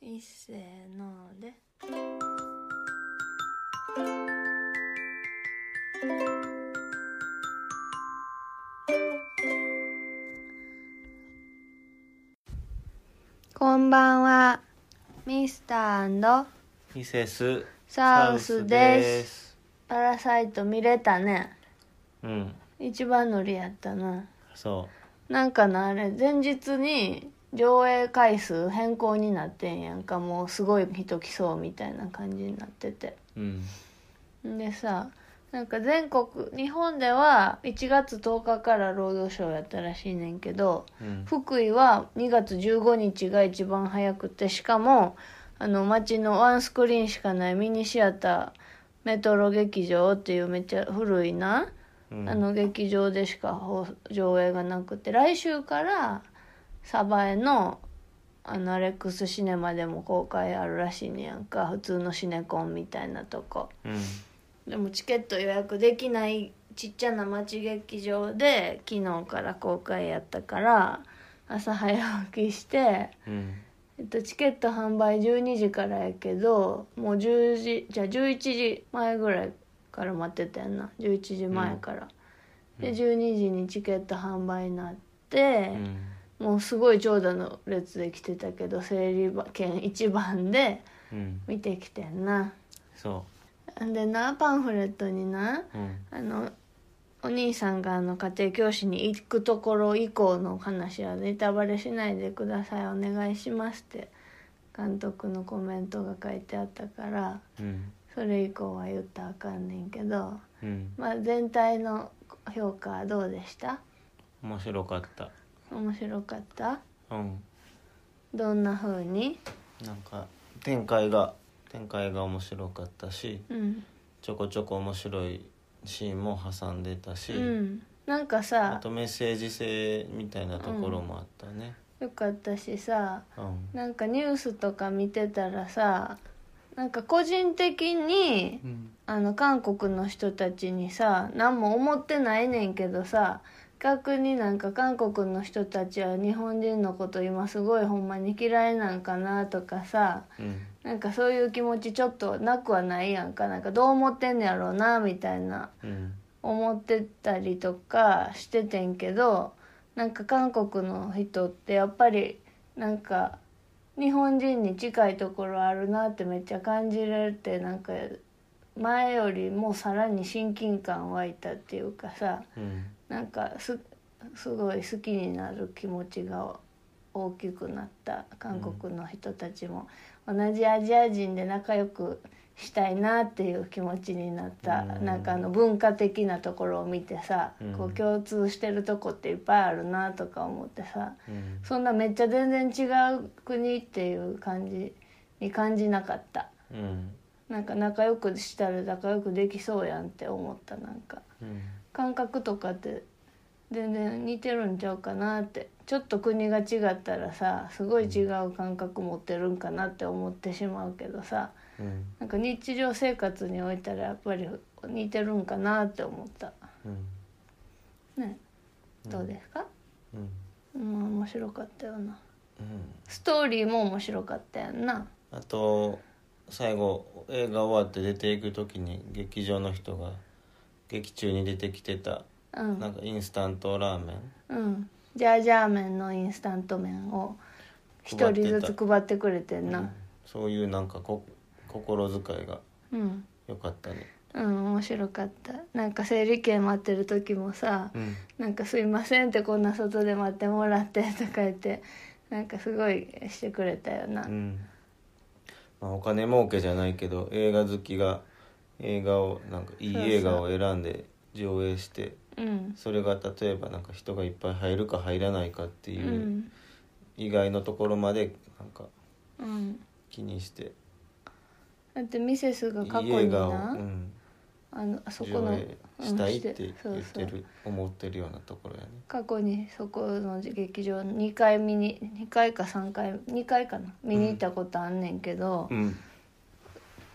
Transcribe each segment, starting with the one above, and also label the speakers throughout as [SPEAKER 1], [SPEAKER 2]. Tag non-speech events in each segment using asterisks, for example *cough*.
[SPEAKER 1] いっせーのでこんばんはミスター
[SPEAKER 2] ミセス
[SPEAKER 1] サウスです
[SPEAKER 2] す
[SPEAKER 1] パラサイト見れたね
[SPEAKER 2] うん
[SPEAKER 1] 一番乗りやったな
[SPEAKER 2] そ
[SPEAKER 1] なんかなあれ前日に上映回数変更になってんやんかもうすごい人来そうみたいな感じになってて
[SPEAKER 2] ううん
[SPEAKER 1] でさなんか全国日本では1月10日から労働省やったらしいねんけど
[SPEAKER 2] うん
[SPEAKER 1] 福井は2月15日が一番早くてしかもあの街のワンスクリーンしかないミニシアターメトロ劇場っていうめっちゃ古いな、
[SPEAKER 2] うん
[SPEAKER 1] あの劇場でしか放上映がなくて来週から鯖江のあのアレックスシネマでも公開あるらしいねやんか普通のシネコンみたいなとこ。
[SPEAKER 2] うん
[SPEAKER 1] でもチケット予約できないちっちゃな町劇場で昨日から公開やったから朝早起きして、
[SPEAKER 2] うん
[SPEAKER 1] えっと、チケット販売12時からやけどもう10時じゃあ11時前ぐらいから待ってたやんな11時前から、で12時にチケット販売になって
[SPEAKER 2] う、ん
[SPEAKER 1] もうすごい長蛇の列で来てたけど整理馬券1番で
[SPEAKER 2] うん
[SPEAKER 1] 見てきてんな
[SPEAKER 2] そ
[SPEAKER 1] でなパンフレットにな
[SPEAKER 2] ううん
[SPEAKER 1] あのお兄さんがあの家庭教師に行くところ以降の話はネタバレしないでくださいお願いしますって監督のコメントが書いてあったから
[SPEAKER 2] うん
[SPEAKER 1] それ以降は言ったらあかんねんけど、
[SPEAKER 2] うん
[SPEAKER 1] まあ、全体の評価はどうでした
[SPEAKER 2] 面白かった
[SPEAKER 1] 面白かった
[SPEAKER 2] うん
[SPEAKER 1] どんな風に
[SPEAKER 2] なんか展開が展開が面白かったし
[SPEAKER 1] うん、
[SPEAKER 2] ちょこちょこ面白いシーンも挟んでたし、
[SPEAKER 1] うん、なんか
[SPEAKER 2] あ
[SPEAKER 1] さ
[SPEAKER 2] とメッセージ性みたいなところもあったね
[SPEAKER 1] よかったしさ
[SPEAKER 2] うん
[SPEAKER 1] なんかニュースとか見てたらさなんか個人的に
[SPEAKER 2] うん
[SPEAKER 1] あの韓国の人たちにさ何も思ってないねんけどさ逆になんか韓国の人たちは日本人のこと今すごいほんまに嫌いなんかなとかさ
[SPEAKER 2] うん
[SPEAKER 1] なんかそういう気持ちちょっとなくはないやんかなんかどう思ってんねやろうなみたいな
[SPEAKER 2] うん
[SPEAKER 1] 思ってたりとかしててんけどなんか韓国の人ってやっぱりなんか日本人に近いところあるなってめっちゃ感じれてなんか前よりもさらに親近感湧いたっていうかさ
[SPEAKER 2] うん
[SPEAKER 1] なんかすすごい好きになる気持ちが大きくなった韓国の人たちも、同じアジア人で仲良くしたいなっていう気持ちになった、
[SPEAKER 2] うん
[SPEAKER 1] なんかあの文化的なところを見てさ、
[SPEAKER 2] うん
[SPEAKER 1] こう共通してるとこっていっぱいあるなとか思ってさ
[SPEAKER 2] うん
[SPEAKER 1] そんなめっちゃ全然違う国っていう感じに感じなかった
[SPEAKER 2] うん
[SPEAKER 1] なんか仲良くしたら仲良くできそうやんって思ったなんか。
[SPEAKER 2] うん
[SPEAKER 1] 感覚とかって全然似てるんちゃうかなってちょっと国が違ったらさすごい違う感覚持ってるんかなって思ってしまうけどさ
[SPEAKER 2] うん
[SPEAKER 1] なんか日常生活においたらやっぱり似てるんかなって思った
[SPEAKER 2] うん
[SPEAKER 1] ねどうですか、
[SPEAKER 2] うん
[SPEAKER 1] うん、面白かったよな
[SPEAKER 2] うん
[SPEAKER 1] ストーリーも面白かったやんな
[SPEAKER 2] あと最後映画終わって出ていく時に劇場の人が劇中に出てきてた
[SPEAKER 1] う
[SPEAKER 2] なん
[SPEAKER 1] ん
[SPEAKER 2] かインスタントラーメン
[SPEAKER 1] うんジャージャー麺のインスタント麺を一人ずつ配ってくれてんな
[SPEAKER 2] そういうなんかこ心遣いが
[SPEAKER 1] うん
[SPEAKER 2] 良かったね
[SPEAKER 1] うん面白かったなんか整理券待ってる時もさ
[SPEAKER 2] うん
[SPEAKER 1] 「なんかすいません」ってこんな外で待ってもらってとか言ってなんかすごいしてくれたよな
[SPEAKER 2] うんまあ、お金儲けじゃないけど映画好きが映画をなんかいい
[SPEAKER 1] そうそう
[SPEAKER 2] 映画を選んで上映して
[SPEAKER 1] うん
[SPEAKER 2] それが例えばなんか人がいっぱい入るか入らないかって
[SPEAKER 1] う
[SPEAKER 2] いうん以外のところまでなんか
[SPEAKER 1] うん
[SPEAKER 2] 気にして
[SPEAKER 1] だってミセスが過
[SPEAKER 2] いい
[SPEAKER 1] 去
[SPEAKER 2] 映
[SPEAKER 1] に
[SPEAKER 2] 画を、う
[SPEAKER 1] な、
[SPEAKER 2] ん、
[SPEAKER 1] あのあそこ
[SPEAKER 2] 上
[SPEAKER 1] の
[SPEAKER 2] 映したいって
[SPEAKER 1] うんし
[SPEAKER 2] 言
[SPEAKER 1] てそう
[SPEAKER 2] って
[SPEAKER 1] そう
[SPEAKER 2] る思ってるようなところやね
[SPEAKER 1] 過去にそこの劇場2回見に2回か3回2回かな見に行ったことあんねんけど、
[SPEAKER 2] うん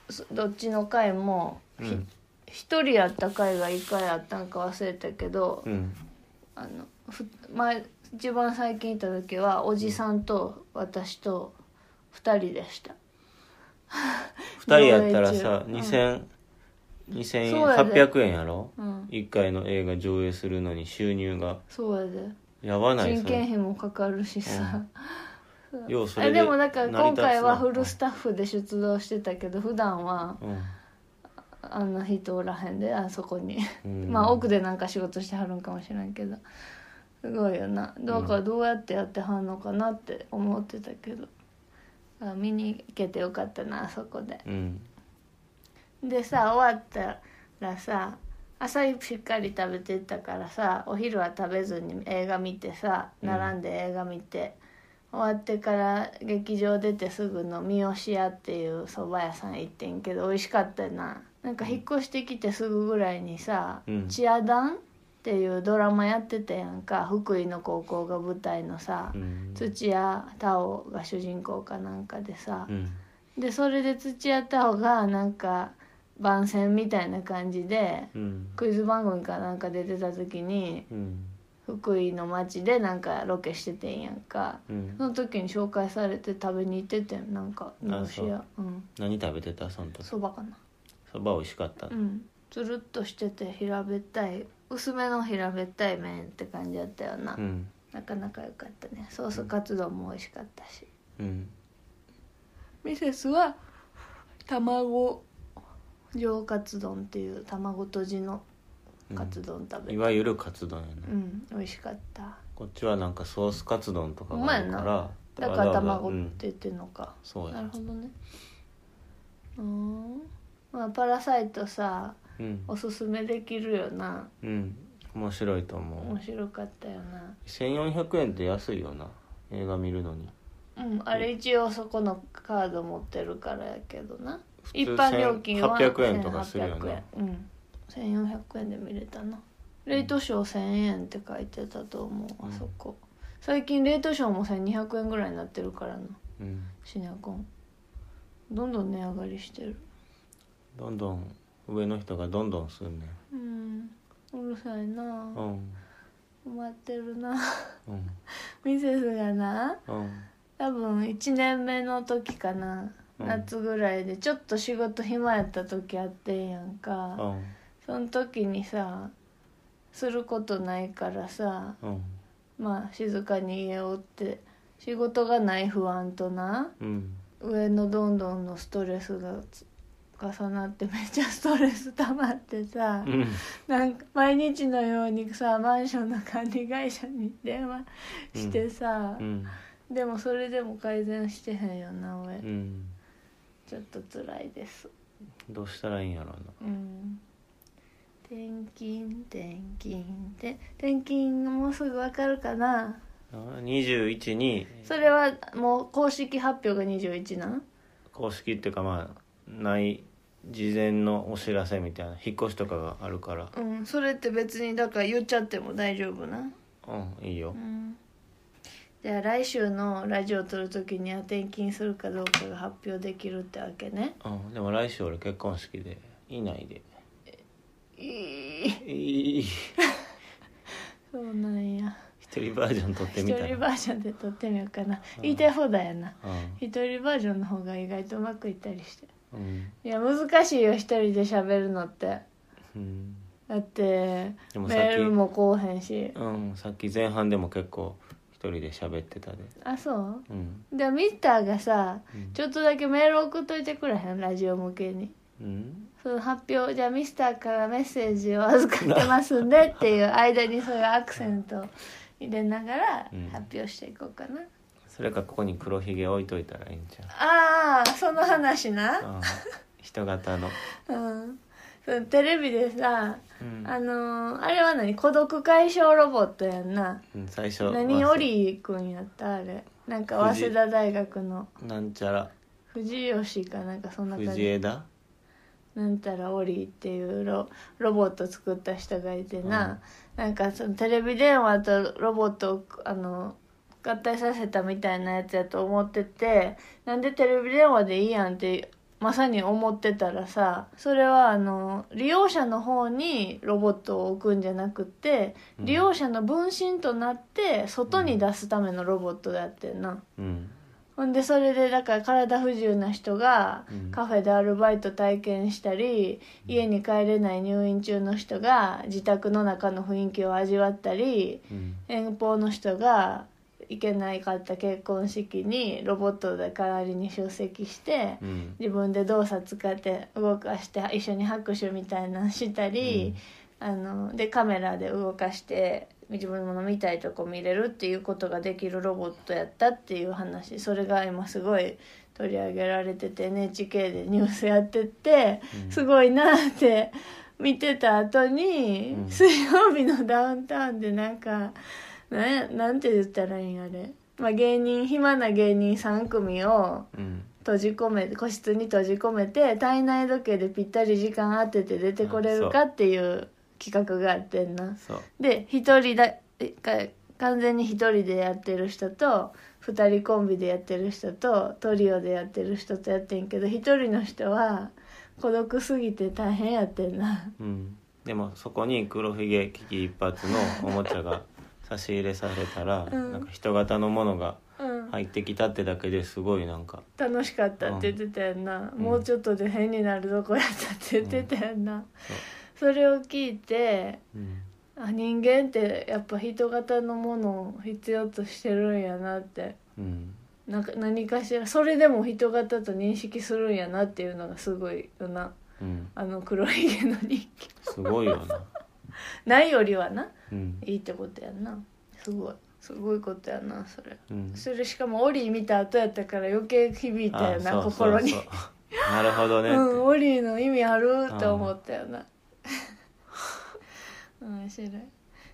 [SPEAKER 1] そどっちの回も
[SPEAKER 2] う
[SPEAKER 1] ひ
[SPEAKER 2] ん
[SPEAKER 1] 一人やった回が1回あったんか忘れたけど、
[SPEAKER 2] うん
[SPEAKER 1] あのふ前一番最近行った時はおじさんと私と2人でした
[SPEAKER 2] 2人やったらさ
[SPEAKER 1] 上映
[SPEAKER 2] 2000 2800
[SPEAKER 1] そうや
[SPEAKER 2] 円やろ、
[SPEAKER 1] うん
[SPEAKER 2] 一1回の映画上映するのに収入が
[SPEAKER 1] そうやで
[SPEAKER 2] やばない
[SPEAKER 1] 人件費もかかるしさ、
[SPEAKER 2] それようそれ
[SPEAKER 1] えでもだから
[SPEAKER 2] 成
[SPEAKER 1] 今
[SPEAKER 2] り立つな
[SPEAKER 1] 回はフルスタッフで出動してたけど普段は
[SPEAKER 2] うん
[SPEAKER 1] あんな人おらへんであそこに、
[SPEAKER 2] うん
[SPEAKER 1] *laughs* まあ奥でなんか仕事してはるんかもしれんけどすごいよなだからどうやってやってはんのかなって思ってたけど、あ見に行けてよかったなあそこで
[SPEAKER 2] うん
[SPEAKER 1] でさ終わったらさ朝しっかり食べてったからさお昼は食べずに映画見てさ
[SPEAKER 2] うん
[SPEAKER 1] 並んで映画見て、終わってから劇場出てすぐの三好屋っていう蕎麦屋さん行ってんけど美味しかったななんか引っ越してきてすぐぐらいにさ「
[SPEAKER 2] うん
[SPEAKER 1] チアダン」っていうドラマやってたやんか福井の高校が舞台のさ、
[SPEAKER 2] うん
[SPEAKER 1] 土屋太鳳が主人公かなんかでさ、
[SPEAKER 2] うん
[SPEAKER 1] でそれで土屋太鳳がなんか番宣みたいな感じで
[SPEAKER 2] うん
[SPEAKER 1] クイズ番組かなんか出てた時に
[SPEAKER 2] うん
[SPEAKER 1] 福井の町でなんかロケしててんやんか
[SPEAKER 2] うん
[SPEAKER 1] その時に紹介されて食べに行っててんなんか
[SPEAKER 2] あ
[SPEAKER 1] 煮干しやうん
[SPEAKER 2] 何食べてたその時
[SPEAKER 1] そばかな
[SPEAKER 2] そば美味しかった、
[SPEAKER 1] うんつるっとしてて平べったい薄めの平べったい麺って感じやったよな、
[SPEAKER 2] うん
[SPEAKER 1] なかなか良かったねソースカツ丼も美味しかったし
[SPEAKER 2] うん
[SPEAKER 1] ミセスは卵上カツ丼っていう卵とじのカツ丼食べ
[SPEAKER 2] い
[SPEAKER 1] る
[SPEAKER 2] わゆるカツ丼やな、
[SPEAKER 1] うん、美味しかった
[SPEAKER 2] こっちはなんかソースカツ丼とかがあるか
[SPEAKER 1] うまい
[SPEAKER 2] ら
[SPEAKER 1] だから
[SPEAKER 2] わざわざ
[SPEAKER 1] 卵っ
[SPEAKER 2] うん
[SPEAKER 1] て言ってるのか、
[SPEAKER 2] そう
[SPEAKER 1] なる
[SPEAKER 2] や
[SPEAKER 1] ほどねうーんまあパラサイトさ
[SPEAKER 2] うん
[SPEAKER 1] おすすめできるよな
[SPEAKER 2] うん面白いと思う
[SPEAKER 1] 面白かったよな
[SPEAKER 2] 1400円って安いよな映画見るのに
[SPEAKER 1] うんあれ一応そこのカード持ってるからやけどな
[SPEAKER 2] 普通
[SPEAKER 1] 一般料金は
[SPEAKER 2] 800円とかするよ
[SPEAKER 1] 1800円
[SPEAKER 2] ね
[SPEAKER 1] うん1400円で見れたなレートショー1000円って書いてたと思う、
[SPEAKER 2] う
[SPEAKER 1] あ
[SPEAKER 2] ん
[SPEAKER 1] そこ最近レートショーも1200円ぐらいになってるからな
[SPEAKER 2] うん
[SPEAKER 1] シネコンどんどん値上がりしてる
[SPEAKER 2] どんどん上の人がどんどんすんね
[SPEAKER 1] うんうるさいなん
[SPEAKER 2] うん
[SPEAKER 1] 困ってるな *laughs*
[SPEAKER 2] うん
[SPEAKER 1] ミセスがな
[SPEAKER 2] うん
[SPEAKER 1] 多分1年目の時かな、
[SPEAKER 2] うん
[SPEAKER 1] 夏ぐらいでちょっと仕事暇やった時あってんやんか、
[SPEAKER 2] うん
[SPEAKER 1] その時にさすることないからさ
[SPEAKER 2] うん
[SPEAKER 1] まあ静かに家を追って仕事がない不安とな
[SPEAKER 2] うん
[SPEAKER 1] 上のどんどんのストレスがつ重なってめっちゃストレス溜まってさ、
[SPEAKER 2] うん
[SPEAKER 1] なんか毎日のようにさマンションの管理会社に電話してさ、
[SPEAKER 2] うん
[SPEAKER 1] でもそれでも改善してへんよな俺、
[SPEAKER 2] うん
[SPEAKER 1] ちょっと辛いです
[SPEAKER 2] どうしたらいいんやろう
[SPEAKER 1] うん転勤転勤で転勤もうすぐわかるかな
[SPEAKER 2] なあ21に
[SPEAKER 1] それはもう公式発表が21なん
[SPEAKER 2] 公式っていうかまあない事前のお知らせみたいな引っ越しとかがあるから
[SPEAKER 1] うんそれって別にだから言っちゃっても大丈夫な
[SPEAKER 2] うんいいよ
[SPEAKER 1] うんじゃあ来週のラジオ撮るときには転勤するかどうかが発表できるってわけね
[SPEAKER 2] うんでも来週俺結婚式でいないで
[SPEAKER 1] いい
[SPEAKER 2] いい
[SPEAKER 1] そうなんや
[SPEAKER 2] 一人バージョン撮って
[SPEAKER 1] 一
[SPEAKER 2] みた
[SPEAKER 1] 人
[SPEAKER 2] ら
[SPEAKER 1] バージョンで撮ってみようかな
[SPEAKER 2] うん
[SPEAKER 1] 言いたい放題やな
[SPEAKER 2] うん
[SPEAKER 1] 一人バージョンの方が意外とうまくいったりして
[SPEAKER 2] うん
[SPEAKER 1] いや難しいよ一人で喋るのって
[SPEAKER 2] うん
[SPEAKER 1] だって
[SPEAKER 2] でもさっき
[SPEAKER 1] メールもこうへんし
[SPEAKER 2] うんさっき前半でも結構一人で喋ってたで
[SPEAKER 1] あそう
[SPEAKER 2] うん
[SPEAKER 1] でミスターがさ
[SPEAKER 2] うん
[SPEAKER 1] ちょっとだけメール送っといてくれへんラジオ向けに
[SPEAKER 2] うん
[SPEAKER 1] その発表じゃあミスターからメッセージを預かってますんでっていう間にそういうアクセントを入れながら
[SPEAKER 2] うん
[SPEAKER 1] 発表していこうかな、
[SPEAKER 2] それかここに黒ひげ置いといたらいいんじ
[SPEAKER 1] ああその話
[SPEAKER 2] ゃ
[SPEAKER 1] なん
[SPEAKER 2] うん人型の
[SPEAKER 1] うんそのテレビでさ
[SPEAKER 2] うん
[SPEAKER 1] あのーあれは何孤独解消ロボットやんな
[SPEAKER 2] うん最初
[SPEAKER 1] 何オリー君やったあれなんか早稲田大学の
[SPEAKER 2] なんちゃら
[SPEAKER 1] 藤吉かなんかそんな感
[SPEAKER 2] 藤
[SPEAKER 1] じ
[SPEAKER 2] 枝
[SPEAKER 1] なんたらオリーっていうロロボット作った人がいてな、なんかそのテレビ電話とロボットをあの合体させたみたいなやつやと思っててなんでテレビ電話でいいやんってまさに思ってたらさそれはあの利用者の方にロボットを置くんじゃなくて
[SPEAKER 2] うん
[SPEAKER 1] 利用者の分身となって外に出すためのロボットだってんな。
[SPEAKER 2] うん
[SPEAKER 1] ほほんでそれでだから体不自由な人が
[SPEAKER 2] うん
[SPEAKER 1] カフェでアルバイト体験したり、家に帰れない入院中の人が自宅の中の雰囲気を味わったり
[SPEAKER 2] うん
[SPEAKER 1] 遠方の人が行けないかった結婚式にロボットで代わりに出席して、
[SPEAKER 2] うん
[SPEAKER 1] 自分で動作使って動かして一緒に拍手みたいなのしたり、あのでカメラで動かして自分の見たいとこ見れるっていうことができるロボットやったっていう話それが今すごい取り上げられてて NHK でニュースやってて、
[SPEAKER 2] うん
[SPEAKER 1] すごいなって見てた後に、
[SPEAKER 2] うん
[SPEAKER 1] 水曜日のダウンタウンでなんかなんやなんて言ったらいいんやあれ、まあ、芸人暇な芸人3組を
[SPEAKER 2] うん
[SPEAKER 1] 閉じ込め個室に閉じ込めて体内時計でぴったり時間当てて出てこれるかっていう企画があってんな。
[SPEAKER 2] そう
[SPEAKER 1] で一人だえか完全に一人でやってる人と二人コンビでやってる人とトリオでやってる人とやってんけど一人の人は孤独すぎて大変やってんな
[SPEAKER 2] うん、でもそこに黒ひげ危機一髪のおもちゃが差し入れされたら、
[SPEAKER 1] うん
[SPEAKER 2] なんか人型のものが
[SPEAKER 1] うん、
[SPEAKER 2] 入ってきたってだけですごいなんか
[SPEAKER 1] 楽しかったって言ってたやんな、
[SPEAKER 2] うん
[SPEAKER 1] もうちょっとで変になるどこやったって言ってたやんな、それを聞いて
[SPEAKER 2] そう、うん
[SPEAKER 1] あ人間ってやっぱ人型のものを必要としてるんやなって
[SPEAKER 2] うん、
[SPEAKER 1] なんか何かしらそれでも人型と認識するんやなっていうのがすごいよな
[SPEAKER 2] うん、
[SPEAKER 1] あの黒ひげの人気 *laughs*
[SPEAKER 2] すごいよな、
[SPEAKER 1] ないよりはな
[SPEAKER 2] うん
[SPEAKER 1] いいってことやんなすごいすごいことやなそれ
[SPEAKER 2] うん、
[SPEAKER 1] それしかもオリー見た後やったから余計響いたよな
[SPEAKER 2] あそう
[SPEAKER 1] 心に
[SPEAKER 2] そうそうなるほどねって、
[SPEAKER 1] うんオリーの意味あると思ったよな面白い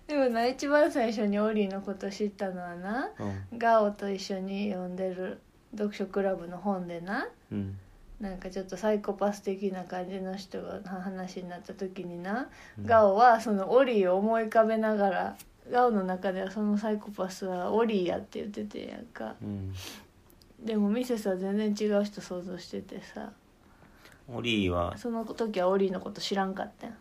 [SPEAKER 1] でもな一番最初にオリーのこと知ったのはな
[SPEAKER 2] うん
[SPEAKER 1] ガオと一緒に読んでる読書クラブの本でな
[SPEAKER 2] うん
[SPEAKER 1] なんかちょっとサイコパス的な感じの人が話になった時にな、
[SPEAKER 2] うん
[SPEAKER 1] ガオはそのオリーを思い浮かべながらガオの中ではそのサイコパスはオリーやって言っててんやんか
[SPEAKER 2] うん、
[SPEAKER 1] でもミセスは全然違う人想像しててさ
[SPEAKER 2] オリーは
[SPEAKER 1] その時はオリーのこと知らんかったやん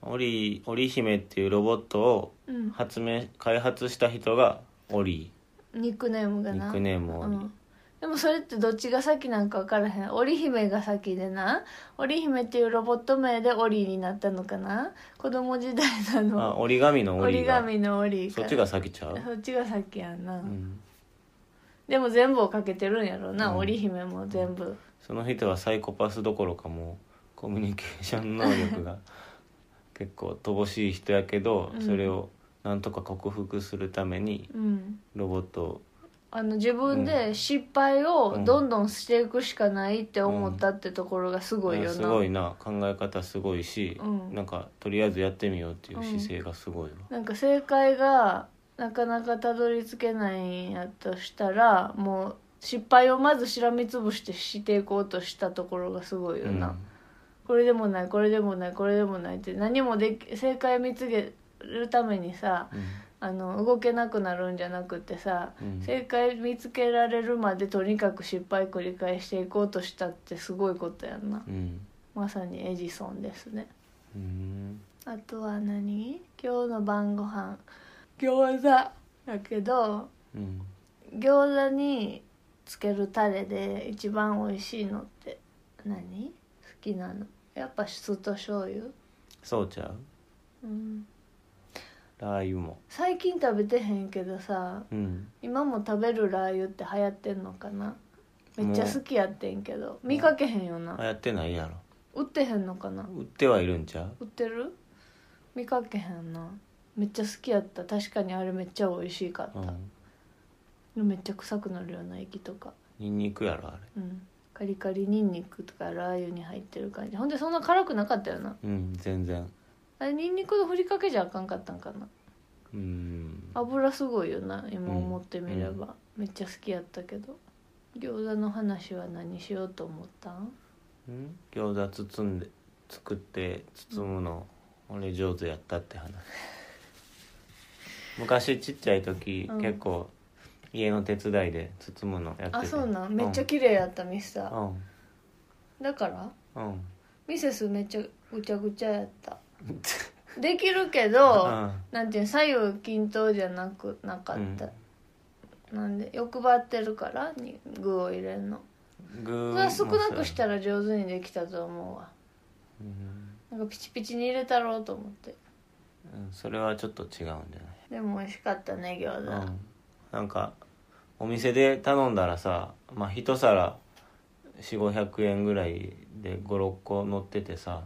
[SPEAKER 2] オリーオリ姫っていうロボットを
[SPEAKER 1] うん
[SPEAKER 2] 発明開発した人がオリ
[SPEAKER 1] ニックネーム
[SPEAKER 2] ー
[SPEAKER 1] が
[SPEAKER 2] ニ
[SPEAKER 1] な
[SPEAKER 2] ックネームオ
[SPEAKER 1] う
[SPEAKER 2] リー
[SPEAKER 1] ん、でもそれってどっちが先なんか分からへん織姫が先でな織姫っていうロボット名でオリーになったのかな子供時代な
[SPEAKER 2] あ
[SPEAKER 1] の
[SPEAKER 2] 折り紙のオ
[SPEAKER 1] 折
[SPEAKER 2] リー
[SPEAKER 1] り
[SPEAKER 2] が
[SPEAKER 1] 紙のオリー
[SPEAKER 2] そっちが先ちゃう、
[SPEAKER 1] そっちが先やんな、
[SPEAKER 2] うん、
[SPEAKER 1] でも全部をかけてるんやろな、
[SPEAKER 2] うん
[SPEAKER 1] 織姫も全部
[SPEAKER 2] その人はサイコパスどころかもうコミュニケーション能力が結構乏しい人やけど、
[SPEAKER 1] うん
[SPEAKER 2] それをなんとか克服するために
[SPEAKER 1] うん
[SPEAKER 2] ロボットを
[SPEAKER 1] あの自分で失敗をどんどんしていくしかないって思ったってところがすごいよな、
[SPEAKER 2] すごいな考え方すごいし、
[SPEAKER 1] うん
[SPEAKER 2] なんかとりあえずやってみようっていう姿勢がすごいわ、
[SPEAKER 1] なんか正解がなかなかたどり着けないんやとしたらもう失敗をまずしらみつぶしてしていこうとしたところがすごいよな、これでもないこれでもないこれでもないって何もでき正解見つけるためにさ
[SPEAKER 2] うん
[SPEAKER 1] あの動けなくなるんじゃなくてさ、
[SPEAKER 2] うん
[SPEAKER 1] 正解見つけられるまでとにかく失敗繰り返していこうとしたってすごいことやんな、
[SPEAKER 2] うん
[SPEAKER 1] まさにエジソンですね
[SPEAKER 2] うん
[SPEAKER 1] あとは何今日の晩ご飯餃子だけど
[SPEAKER 2] うん
[SPEAKER 1] 餃子につけるタレで一番美味しいのって何好きなのやっぱ酢と醤油
[SPEAKER 2] そうちゃう
[SPEAKER 1] うん
[SPEAKER 2] ラー油も
[SPEAKER 1] 最近食べてへんけどさ
[SPEAKER 2] うん
[SPEAKER 1] 今も食べるラー油って流行ってんのかなめっちゃ好きやってんけど見かけへんよ
[SPEAKER 2] あ
[SPEAKER 1] な
[SPEAKER 2] やってないやろ
[SPEAKER 1] 売ってへんのかな
[SPEAKER 2] 売ってはいるんちゃう
[SPEAKER 1] 売ってる見かけへんなめっちゃ好きやった確かにあれめっちゃ美味しかった、
[SPEAKER 2] うん
[SPEAKER 1] めっちゃ臭くなるような液とか
[SPEAKER 2] ニンニクやろあれ
[SPEAKER 1] うんカリカリニンニクとかラー油に入ってる感じほんでそんな辛くなかったよな
[SPEAKER 2] うん全然
[SPEAKER 1] あれニンニクのふりかけじゃあかんかったんかな
[SPEAKER 2] うん
[SPEAKER 1] 油すごいよな今思ってみれば、めっちゃ好きやったけど餃子の話は何しようと思ったん
[SPEAKER 2] うん餃子包んで作って包むの、俺上手やったって話昔ちっちゃい時、
[SPEAKER 1] うん
[SPEAKER 2] 結構家の手伝いで包むのやってた
[SPEAKER 1] あそうなんめっちゃ綺麗やったミスター
[SPEAKER 2] うん
[SPEAKER 1] だから
[SPEAKER 2] うんうん
[SPEAKER 1] ミセスめっちゃぐちゃぐちゃやった
[SPEAKER 2] *laughs*
[SPEAKER 1] できるけど、
[SPEAKER 2] うん
[SPEAKER 1] なんていうの左右均等じゃなくなかった、なんで欲張ってるからに具を入れんの
[SPEAKER 2] 具
[SPEAKER 1] 具は少なくしたら上手にできたと思うわ
[SPEAKER 2] うん
[SPEAKER 1] なんかピチピチに入れたろうと思って
[SPEAKER 2] うんそれはちょっと違うんじゃない
[SPEAKER 1] でも美味しかったね餃子、
[SPEAKER 2] うん、なんかお店で頼んだらさ、まあ、一皿4500円ぐらいで56個乗っててさ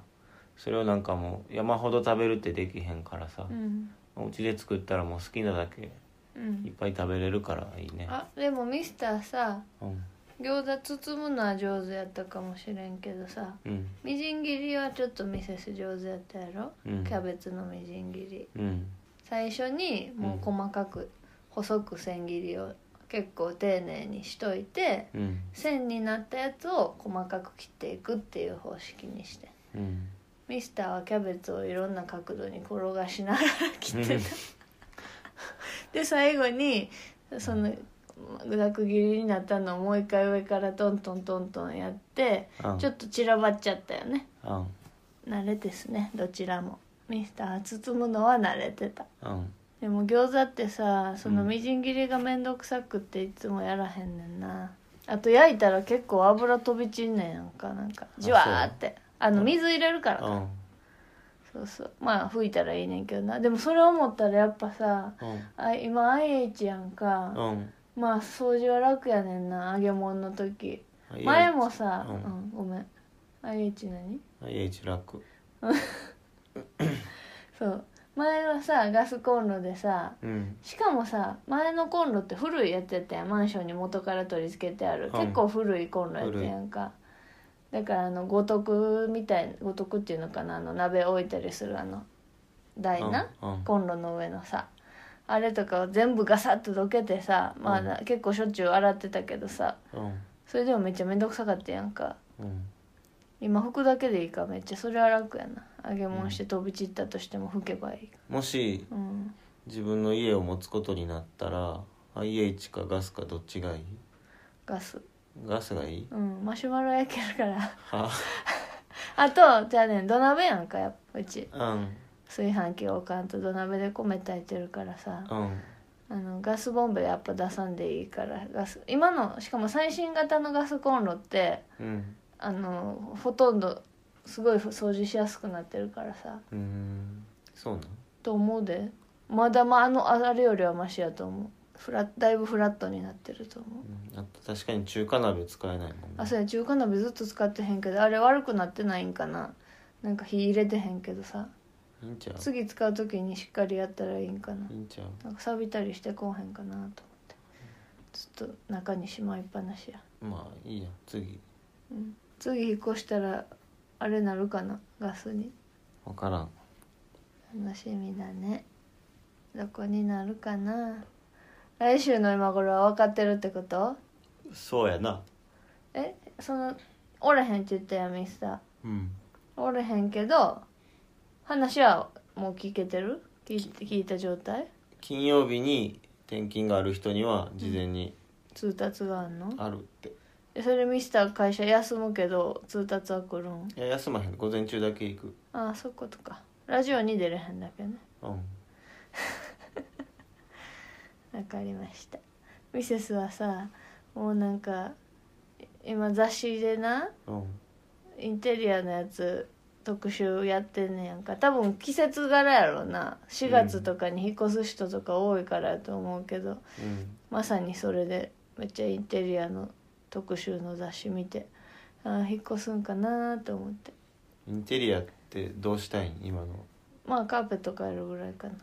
[SPEAKER 2] それをなんかもう山ほど食べるってできへんからさ
[SPEAKER 1] う、ん
[SPEAKER 2] お家で作ったらもう好きなだけ
[SPEAKER 1] う
[SPEAKER 2] いっ
[SPEAKER 1] ん
[SPEAKER 2] ぱい食べれるからいいね
[SPEAKER 1] あでもミスターさ
[SPEAKER 2] うん
[SPEAKER 1] 餃子包むのは上手やったかもしれんけどさ
[SPEAKER 2] うん
[SPEAKER 1] みじん切りはちょっとミセス上手やったやろ、
[SPEAKER 2] うん
[SPEAKER 1] キャベツのみじん切り
[SPEAKER 2] うん
[SPEAKER 1] 最初にもう細かく細く千切りを結構丁寧にしといて
[SPEAKER 2] うん
[SPEAKER 1] 線になったやつを細かく切っていくっていう方式にして
[SPEAKER 2] うん
[SPEAKER 1] ミスターはキャベツをいろんな角度に転がしながら切ってた、
[SPEAKER 2] うん
[SPEAKER 1] で最後にそのざく切りになったのをもう一回上からトントントントンやって
[SPEAKER 2] あん
[SPEAKER 1] ちょっと散らばっちゃったよね
[SPEAKER 2] あん
[SPEAKER 1] 慣れですねどちらもミスターは包むのは慣れてた
[SPEAKER 2] あん
[SPEAKER 1] でも餃子ってさその
[SPEAKER 2] うん
[SPEAKER 1] みじん切りがめんどくさくっていつもやらへんねんなあと焼いたら結構油飛び散んねんやんかなんかじわーってあの水入れるからか
[SPEAKER 2] あん
[SPEAKER 1] そうそうまあ吹いたらいいねんけどなでもそれ思ったらやっぱさあ今 IH やんか
[SPEAKER 2] あん
[SPEAKER 1] まあ掃除は楽やねんな揚げ物の時
[SPEAKER 2] あん
[SPEAKER 1] 前もさ、
[SPEAKER 2] う
[SPEAKER 1] うんんごめん IH 何
[SPEAKER 2] IH 楽
[SPEAKER 1] そう前はさガスコンロでさ
[SPEAKER 2] うん
[SPEAKER 1] しかもさ前のコンロって古いやつやったやんマンションに元から取り付けてある、
[SPEAKER 2] ん
[SPEAKER 1] 結構古いコンロやったやんかだからあの五徳みたい五徳っていうのかなあの鍋置いたりするあの台な、
[SPEAKER 2] うんうん
[SPEAKER 1] コンロの上のさあれとかを全部ガサッとどけてさまあ、な結構しょっちゅう洗ってたけどさ
[SPEAKER 2] うん
[SPEAKER 1] それでもめっちゃめんどくさかったやんか
[SPEAKER 2] うん
[SPEAKER 1] 今拭くだけでいいからめっちゃそれは楽やな揚げ物して飛び散ったとしても拭けばいい
[SPEAKER 2] もし
[SPEAKER 1] うん
[SPEAKER 2] 自分の家を持つことになったら IH かガスかどっちがいい
[SPEAKER 1] ガス
[SPEAKER 2] ガスがいい
[SPEAKER 1] うんマシュマロ焼けるから
[SPEAKER 2] あ
[SPEAKER 1] あとじゃあね土鍋やんかやっぱうち
[SPEAKER 2] うん
[SPEAKER 1] 炊飯器置かんと土鍋で米炊いてるからさ
[SPEAKER 2] うん
[SPEAKER 1] あのガスボンベやっぱ出さんでいいからガス今のしかも最新型のガスコンロって
[SPEAKER 2] うん
[SPEAKER 1] あのほとんどすごい掃除しやすくなってるからさ
[SPEAKER 2] うんそうなん
[SPEAKER 1] と思うでまだまああのあれよりはマシやと思うフラだいぶフラットになってると思う
[SPEAKER 2] うんあと確かに中華鍋使えないもんね
[SPEAKER 1] あそうや中華鍋ずっと使ってへんけどあれ悪くなってないんかななんか火入れてへんけどさ
[SPEAKER 2] いいんちゃう
[SPEAKER 1] 次使う時にしっかりやったらいいんかない
[SPEAKER 2] いんちゃう
[SPEAKER 1] なんか錆びたりしてこうへんかなと思ってずっと中にしまいっぱなしや、
[SPEAKER 2] まあいいや次
[SPEAKER 1] うん、次引っ越したらあれなるかなガスに
[SPEAKER 2] 分からん
[SPEAKER 1] 楽しみだねどこになるかな来週の今頃は分かってるってこと
[SPEAKER 2] そうやな
[SPEAKER 1] えそのおれへんって言ったやんミスタ
[SPEAKER 2] うん
[SPEAKER 1] ーおれへんけど話はもう聞けてる聞い聞いた状態
[SPEAKER 2] 金曜日に転勤がある人には事前に
[SPEAKER 1] 通達があんの
[SPEAKER 2] あるって、
[SPEAKER 1] えそれミスター会社休むけど通達は来るん
[SPEAKER 2] いや休まへん午前中だけ行く
[SPEAKER 1] ああそういうことかラジオに出れへんだけね
[SPEAKER 2] うん
[SPEAKER 1] わかりましたミセスはさもうなんかい今雑誌でな
[SPEAKER 2] うん
[SPEAKER 1] インテリアのやつ特集やってんねやんか多分季節柄やろな4月とかに引っ越す人とか多いからやと思うけど、
[SPEAKER 2] うん
[SPEAKER 1] まさにそれでめっちゃインテリアの特集の雑誌見てああ引っ越すんかなと思って
[SPEAKER 2] インテリアってどうしたいん今の
[SPEAKER 1] まあカーペット変えるぐらいかな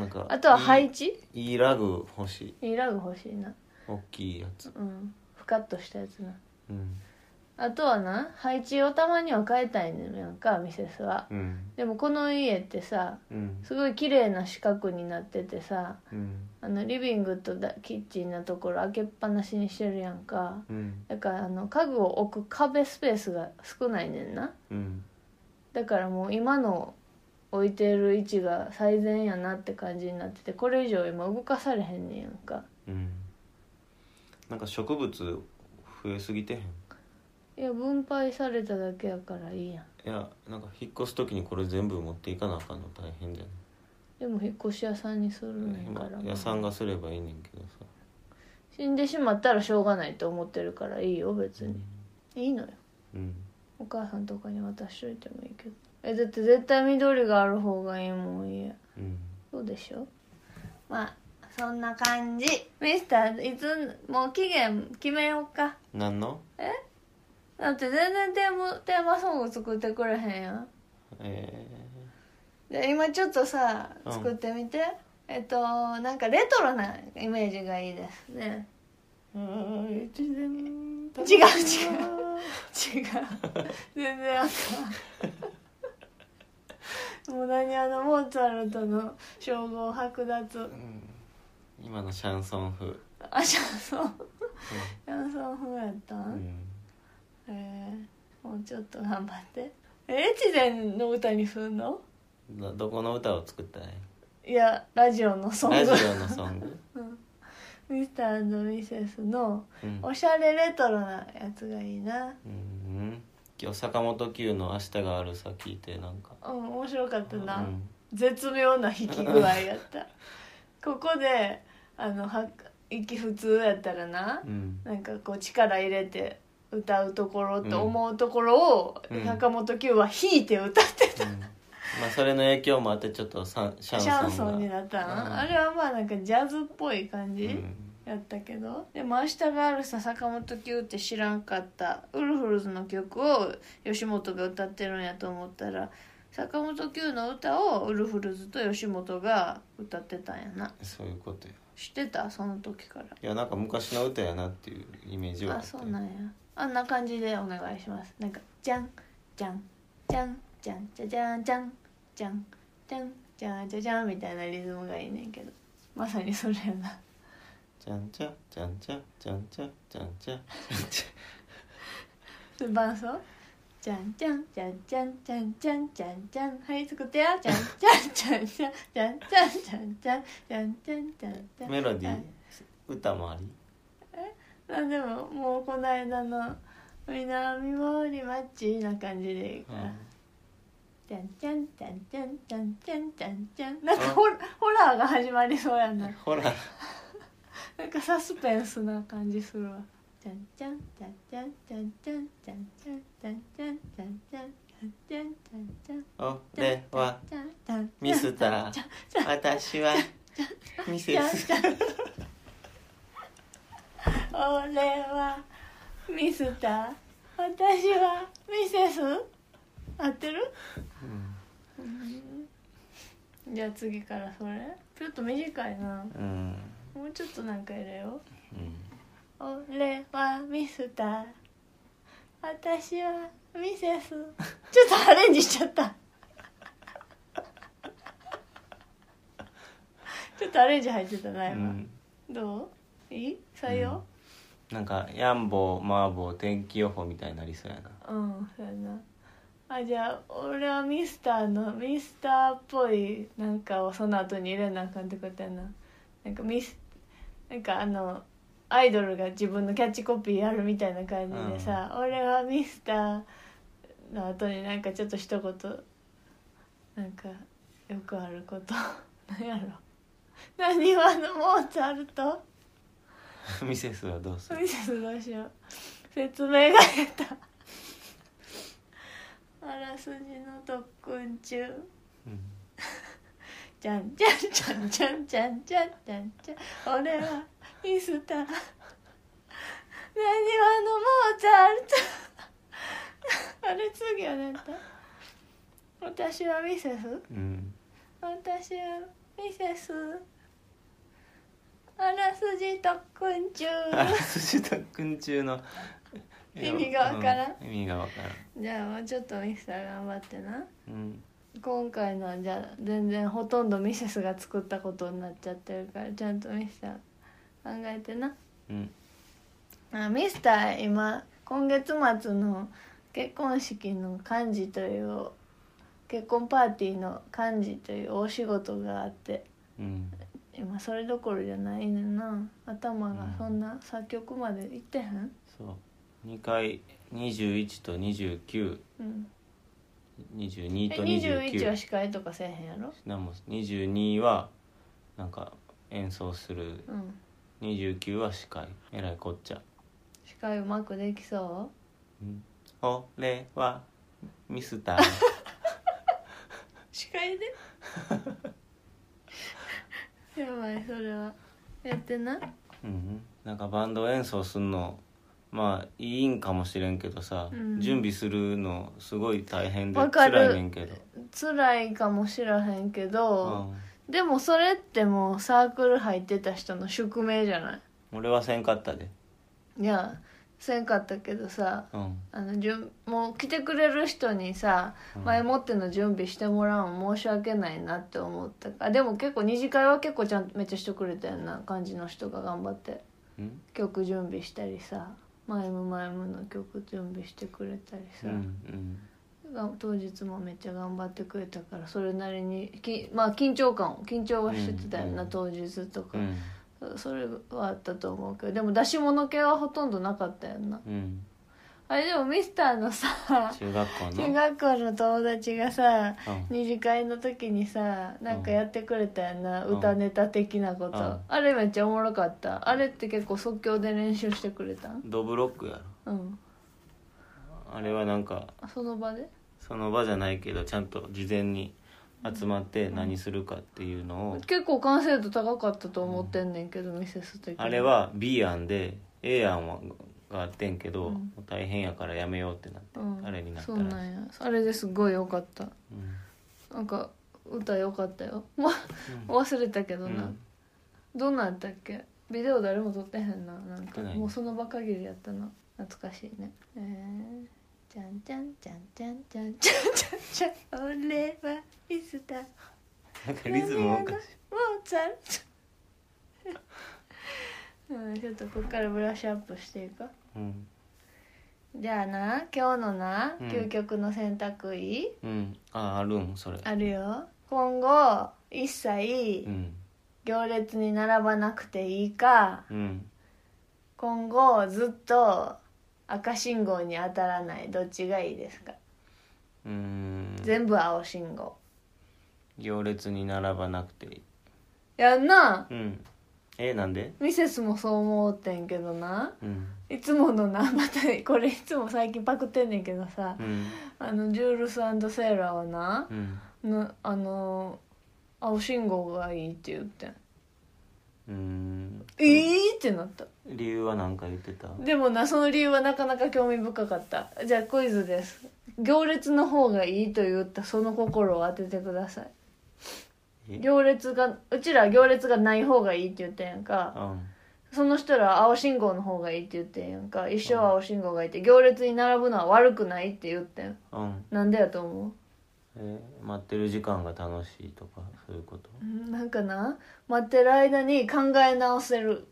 [SPEAKER 2] なんか
[SPEAKER 1] あとはい配置
[SPEAKER 2] いいいラグ欲しい
[SPEAKER 1] いいラグ欲しいな
[SPEAKER 2] 大きいやつ
[SPEAKER 1] うんふかっとしたやつな
[SPEAKER 2] うん
[SPEAKER 1] あとはな配置をたまには変えたいねんやんかミセスは
[SPEAKER 2] うん
[SPEAKER 1] でもこの家ってさ
[SPEAKER 2] うん
[SPEAKER 1] すごい綺麗な四角になっててさ
[SPEAKER 2] うん
[SPEAKER 1] あのリビングとだキッチンのところ開けっぱなしにしてるやんか
[SPEAKER 2] うん
[SPEAKER 1] だからあの家具を置く壁スペースが少ないねんな
[SPEAKER 2] うん
[SPEAKER 1] だからもう今の置いてる位置が最善やなって感じになっててこれ以上今動かされへんねやんか
[SPEAKER 2] うんなんか植物増えすぎてへん
[SPEAKER 1] いや分配されただけやからいいやん
[SPEAKER 2] いやなんか引っ越す時にこれ全部持っていかなあかんの大変じゃ
[SPEAKER 1] でも引っ越し屋さんにする
[SPEAKER 2] ない、
[SPEAKER 1] ねんから
[SPEAKER 2] まあ、屋さんがすればいいねんけどさ
[SPEAKER 1] 死んでしまったらしょうがないと思ってるからいいよ別にいいのよ
[SPEAKER 2] うん
[SPEAKER 1] お母さんとかに渡しといてもいいけどえだって絶対緑がある方がいいもん家
[SPEAKER 2] うん
[SPEAKER 1] そうでしょまあそんな感じミスターいつもう期限決めようか
[SPEAKER 2] 何の
[SPEAKER 1] だって全然テーマテーマソング作ってくれへんやん
[SPEAKER 2] え
[SPEAKER 1] で今ちょっとさ
[SPEAKER 2] うん
[SPEAKER 1] 作ってみて、えっとなんかレトロなイメージがいいですね
[SPEAKER 2] ー、一年
[SPEAKER 1] 違う違う違う全然あかんもう何あのモーツァルトの称号剥奪
[SPEAKER 2] 今のシャンソン風、
[SPEAKER 1] あシャンソンシャンソン風やった、
[SPEAKER 2] うんん
[SPEAKER 1] えー、もうちょっと頑張ってえ越前の歌にすんの
[SPEAKER 2] どどこの歌を作ったらいい
[SPEAKER 1] いやラジオのソング
[SPEAKER 2] ラジオのソング、
[SPEAKER 1] ミスターミセスの
[SPEAKER 2] うん
[SPEAKER 1] おしゃれレトロなやつがいいな
[SPEAKER 2] うん、今日坂本九の「明日があるさ」聞いてなんか、
[SPEAKER 1] うん面白かったな、
[SPEAKER 2] うん
[SPEAKER 1] 絶妙な引き具合やったここであのは息普通やったらな
[SPEAKER 2] うん、
[SPEAKER 1] なんかこう力入れて歌うところと思うところを
[SPEAKER 2] うん
[SPEAKER 1] 坂本九は弾いて歌ってた、
[SPEAKER 2] うんまあそれの影響もあってちょっとサンシャン
[SPEAKER 1] シ
[SPEAKER 2] ソンが
[SPEAKER 1] ャンソンになったん、
[SPEAKER 2] うん
[SPEAKER 1] あれはまあなんかジャズっぽい感じ、
[SPEAKER 2] うん
[SPEAKER 1] やったけどでも「明日があるさ坂本九」って知らんかったウルフルズの曲を吉本が歌ってるんやと思ったら坂本九の歌をウルフルズと吉本が歌ってたんやな
[SPEAKER 2] そういうことや
[SPEAKER 1] 知ってたその時から
[SPEAKER 2] いやなんか昔の歌やなっていうイメージは
[SPEAKER 1] あ
[SPEAKER 2] って
[SPEAKER 1] そうなんやあんな感じでお願いしますなんか「じゃんじゃんじゃんじゃんじゃじゃんじゃんじゃんじゃんじゃんじゃじゃん」みたいなリズムがいいねんけどまさにそれやな
[SPEAKER 2] じゃんじゃじゃんじゃじゃんじゃじゃんじゃ
[SPEAKER 1] で伴奏じゃんじゃんじゃんじゃんじゃんじゃんじゃんじゃんはい作ってよじゃんじゃんじゃんじゃんじゃんじゃんじゃんじゃんじゃんじゃんじゃんじゃん
[SPEAKER 2] メロディ
[SPEAKER 1] はい
[SPEAKER 2] ー歌もあり
[SPEAKER 1] あでももうこの間の南森町な感じでいいか
[SPEAKER 2] う
[SPEAKER 1] ら
[SPEAKER 2] ん
[SPEAKER 1] じゃんじゃんじゃんじゃんじゃんじゃんじゃんじゃんなんかホラホラーが始まりそうやな
[SPEAKER 2] ほら
[SPEAKER 1] なんかサスペンスな感じするわ。じゃんじゃんじゃんじゃんじゃんじゃんじゃんじゃんじゃんじゃんじゃんじゃんじゃんじゃんじゃん
[SPEAKER 2] おれは
[SPEAKER 1] じゃんじゃん
[SPEAKER 2] ミスター私はミセス
[SPEAKER 1] 俺はミスター私はミセス合ってるじゃあ次からそれちょっと短いな
[SPEAKER 2] うんうん
[SPEAKER 1] もうちょっとなんか入れよ
[SPEAKER 2] うん
[SPEAKER 1] う俺はミスター私はミセ *laughs* スちょっとアレンジしちゃったちょっとアレンジ入ってたな
[SPEAKER 2] う
[SPEAKER 1] 今、
[SPEAKER 2] ん
[SPEAKER 1] どういい採用、
[SPEAKER 2] なんかヤンボーマーボー天気予報みたいになりそうやな
[SPEAKER 1] うんそうやなあじゃあ俺はミスターのミスターっぽいなんかをその後に入れなあかんってことやななんかミスなんかあのアイドルが自分のキャッチコピーやるみたいな感じでさ「俺はミスター」の後になんかちょっと一言なんかよくあること何やろ何はのモーツァルト
[SPEAKER 2] *laughs* ミセスはどうする
[SPEAKER 1] ミセスどうしよう説明が下手あらすじの特訓中
[SPEAKER 2] うん
[SPEAKER 1] じゃんじゃんじゃんじゃんじゃんじゃんじゃんじゃん俺はミス *laughs* ター何はのモーツァルトあれ次は何だ私はミセス
[SPEAKER 2] うん
[SPEAKER 1] 私はミセスあらすじ特訓中
[SPEAKER 2] あらすじ特訓中の
[SPEAKER 1] *laughs* 意味がわからん
[SPEAKER 2] う意味がわからん
[SPEAKER 1] じゃあもうちょっとミスター頑張ってな
[SPEAKER 2] うん
[SPEAKER 1] 今回のはじゃあ全然ほとんどミセスが作ったことになっちゃってるからちゃんとミスター考えてな
[SPEAKER 2] うん
[SPEAKER 1] あミスター今今月末の結婚式の幹事という結婚パーティーの幹事という大仕事があって
[SPEAKER 2] うん
[SPEAKER 1] 今それどころじゃないねんな頭がそんな作曲までいってへん
[SPEAKER 2] そう2回21と2922
[SPEAKER 1] うんえ
[SPEAKER 2] と
[SPEAKER 1] 21は
[SPEAKER 2] 29
[SPEAKER 1] 司会とかせえへんやろ
[SPEAKER 2] なんも22はなんか演奏する
[SPEAKER 1] うん
[SPEAKER 2] 29は司会えらいこっちゃ
[SPEAKER 1] 司会うまくできそ
[SPEAKER 2] 俺はミスター
[SPEAKER 1] う司会で *laughs* やばいそれはやってな
[SPEAKER 2] うんなんかバンド演奏すんのまあいいんかもしれんけどさ、
[SPEAKER 1] うん
[SPEAKER 2] 準備するのすごい大変で
[SPEAKER 1] わかる
[SPEAKER 2] 辛いねんけど、
[SPEAKER 1] 辛いかもしらへんけど、
[SPEAKER 2] う
[SPEAKER 1] でもそれってもうサークル入ってた人の宿命じゃない
[SPEAKER 2] ん、俺はせんかったで
[SPEAKER 1] いやせんかったけどさ
[SPEAKER 2] うん
[SPEAKER 1] あのじゅんもう来てくれる人にさ
[SPEAKER 2] うん
[SPEAKER 1] 前もっての準備してもらうの申し訳ないなって思ったあでも結構二次会は結構ちゃんとめっちゃしてくれたような感じの人が頑張って
[SPEAKER 2] うん、
[SPEAKER 1] 曲準備したりさ前も前もの曲準備してくれたり
[SPEAKER 2] う
[SPEAKER 1] さ、
[SPEAKER 2] ん
[SPEAKER 1] が当日もめっちゃ頑張ってくれたからそれなりにきまあ緊張感緊張はしてたよな、
[SPEAKER 2] うんうん
[SPEAKER 1] 当日とか
[SPEAKER 2] う、ん
[SPEAKER 1] それはあったと思うけどでも出し物系はほとんどなかったよな
[SPEAKER 2] うん
[SPEAKER 1] あれでもミスターのさ
[SPEAKER 2] 中学校の
[SPEAKER 1] 中学校の友達がさ
[SPEAKER 2] うん
[SPEAKER 1] 二次会の時にさなんかやってくれたよな、
[SPEAKER 2] うん
[SPEAKER 1] 歌ネタ的なこと、
[SPEAKER 2] うん
[SPEAKER 1] あれめっちゃおもろかったあれって結構即興で練習してくれたん
[SPEAKER 2] ドブロックやろ
[SPEAKER 1] うん
[SPEAKER 2] あれはなんか
[SPEAKER 1] あその場で
[SPEAKER 2] その場じゃないけどちゃんと事前に集まって何するかっていうのを、
[SPEAKER 1] 結構完成度高かったと思ってんねんけど、ミセス的に
[SPEAKER 2] あれは B 案で A 案はがあってんけど、
[SPEAKER 1] うん
[SPEAKER 2] もう大変やからやめようってなって、
[SPEAKER 1] うん
[SPEAKER 2] あれになった
[SPEAKER 1] そう
[SPEAKER 2] らしい
[SPEAKER 1] なんやあれですごい良かった
[SPEAKER 2] うん
[SPEAKER 1] なんか歌良かったよ *laughs* ま忘れたけどな、
[SPEAKER 2] うん
[SPEAKER 1] どんなんやったっけビデオ誰も撮ってへんななん
[SPEAKER 2] 撮
[SPEAKER 1] か
[SPEAKER 2] ってない
[SPEAKER 1] もうその場限りやったな懐かしいねえーじゃんじゃんじゃんじゃんじゃんじゃんじゃんじゃん俺はミスター
[SPEAKER 2] なんかリズムおかしい
[SPEAKER 1] モーツァルト *laughs* うんちょっとこっからブラッシュアップしていこう
[SPEAKER 2] うん、
[SPEAKER 1] じゃあな今日のな、
[SPEAKER 2] うん
[SPEAKER 1] 究極の選択い
[SPEAKER 2] うん、ああるんそれ
[SPEAKER 1] あるよ今後一切
[SPEAKER 2] うん
[SPEAKER 1] 行列に並ばなくていいか
[SPEAKER 2] うん
[SPEAKER 1] 今後ずっと赤信号に当たらないどっちがいいですか
[SPEAKER 2] うーん
[SPEAKER 1] 全部青信号
[SPEAKER 2] 行列に並ばなくていい
[SPEAKER 1] やんな
[SPEAKER 2] うんえなんで
[SPEAKER 1] ミセスもそう思ってんけどな
[SPEAKER 2] うん
[SPEAKER 1] いつものな *laughs* またこれいつも最近パクってんねんけどさ
[SPEAKER 2] うん
[SPEAKER 1] あのジュールスセーラーはな
[SPEAKER 2] うん
[SPEAKER 1] のあの青信号がいいって言ってん
[SPEAKER 2] うん
[SPEAKER 1] えーってなった
[SPEAKER 2] 理由は何か言ってた
[SPEAKER 1] でもなその理由はなかなか興味深かったじゃあクイズです行列の方がいいと言ったその心を当ててください
[SPEAKER 2] え
[SPEAKER 1] 行列がうちら行列がない方がいいって言ったやん
[SPEAKER 2] う
[SPEAKER 1] か
[SPEAKER 2] ん
[SPEAKER 1] その人らは青信号の方がいいって言ってんやんか一生青信号がいいって行列に並ぶのは悪くないって言ってん
[SPEAKER 2] うん
[SPEAKER 1] なんでやと思う
[SPEAKER 2] え待ってる時間が楽しいとかそういうこと
[SPEAKER 1] うんなんかな待ってる間に考え直せる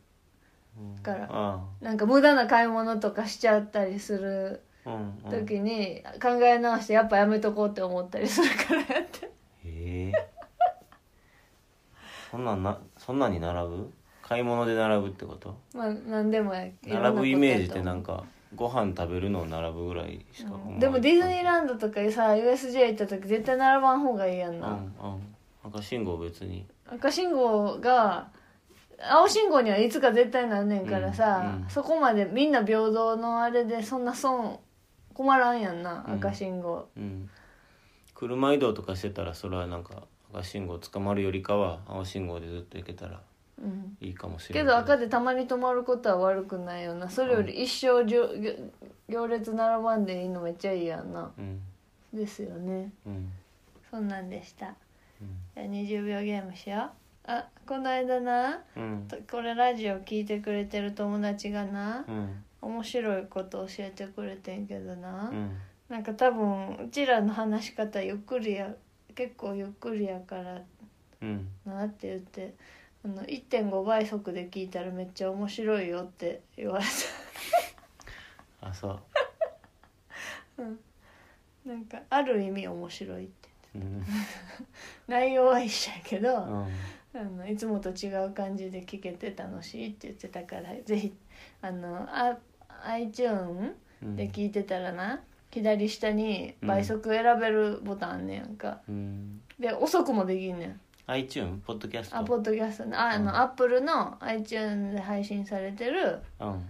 [SPEAKER 2] うん
[SPEAKER 1] から
[SPEAKER 2] あ
[SPEAKER 1] なんか無駄な買い物とかしちゃったりする
[SPEAKER 2] あうんうん
[SPEAKER 1] 時に考え直してやっぱやめとこうって思ったりするからやって *laughs*
[SPEAKER 2] ええそんなんなそんなんに並ぶ買い物で並ぶってこと
[SPEAKER 1] まあ何でもや
[SPEAKER 2] 並ぶイメージってなん
[SPEAKER 1] か
[SPEAKER 2] かご飯食べるのを並ぶぐらいしか思わない
[SPEAKER 1] でもディズニーランドとかさ USJ 行った時絶対並ばん方がいいやん
[SPEAKER 2] う
[SPEAKER 1] な、
[SPEAKER 2] んうん赤信号別に
[SPEAKER 1] 赤信号が青信号にはいつか絶対なんねんからさ、
[SPEAKER 2] うんうん
[SPEAKER 1] そこまでみんな平等のあれでそんな損困らんやんな
[SPEAKER 2] うん
[SPEAKER 1] 赤信号、
[SPEAKER 2] うん車移動とかしてたらそれはなんか赤信号捕まるよりかは青信号でずっと行けたら
[SPEAKER 1] うん
[SPEAKER 2] いいかもしれ
[SPEAKER 1] け
[SPEAKER 2] ない
[SPEAKER 1] ど赤でたまに止まることは悪くないよなそれより一生じょ行行列並ばんでいいのめっちゃいいやんな
[SPEAKER 2] うん
[SPEAKER 1] ですよね
[SPEAKER 2] うん
[SPEAKER 1] そんなんでした
[SPEAKER 2] うん
[SPEAKER 1] じゃあ20秒ゲームしようあこの間な
[SPEAKER 2] うん
[SPEAKER 1] とこれラジオ聞いてくれてる友達がな
[SPEAKER 2] うん
[SPEAKER 1] 面白いこと教えてくれてんけどな、
[SPEAKER 2] うん
[SPEAKER 1] なんか多分うちらの話し方ゆっくりや結構ゆっくりやから
[SPEAKER 2] うん
[SPEAKER 1] なって言ってあの1.5倍速で聞いたらめっちゃ面白いよって言われ
[SPEAKER 2] あそう
[SPEAKER 1] たうん *laughs* なんかある意味面白いって
[SPEAKER 2] うん
[SPEAKER 1] 内容は一緒やけど、
[SPEAKER 2] うん
[SPEAKER 1] あのいつもと違う感じで聞けて楽しいって言ってたからぜひあのあ iTune
[SPEAKER 2] うん
[SPEAKER 1] で聞いてたらな、左下に倍速選べるボタンあんねやんか、
[SPEAKER 2] うん
[SPEAKER 1] で遅くもできんねん
[SPEAKER 2] iTune ポッドキャスト
[SPEAKER 1] あポッドキャストのああの、
[SPEAKER 2] うん
[SPEAKER 1] アップルの iTunes で配信されてる
[SPEAKER 2] うん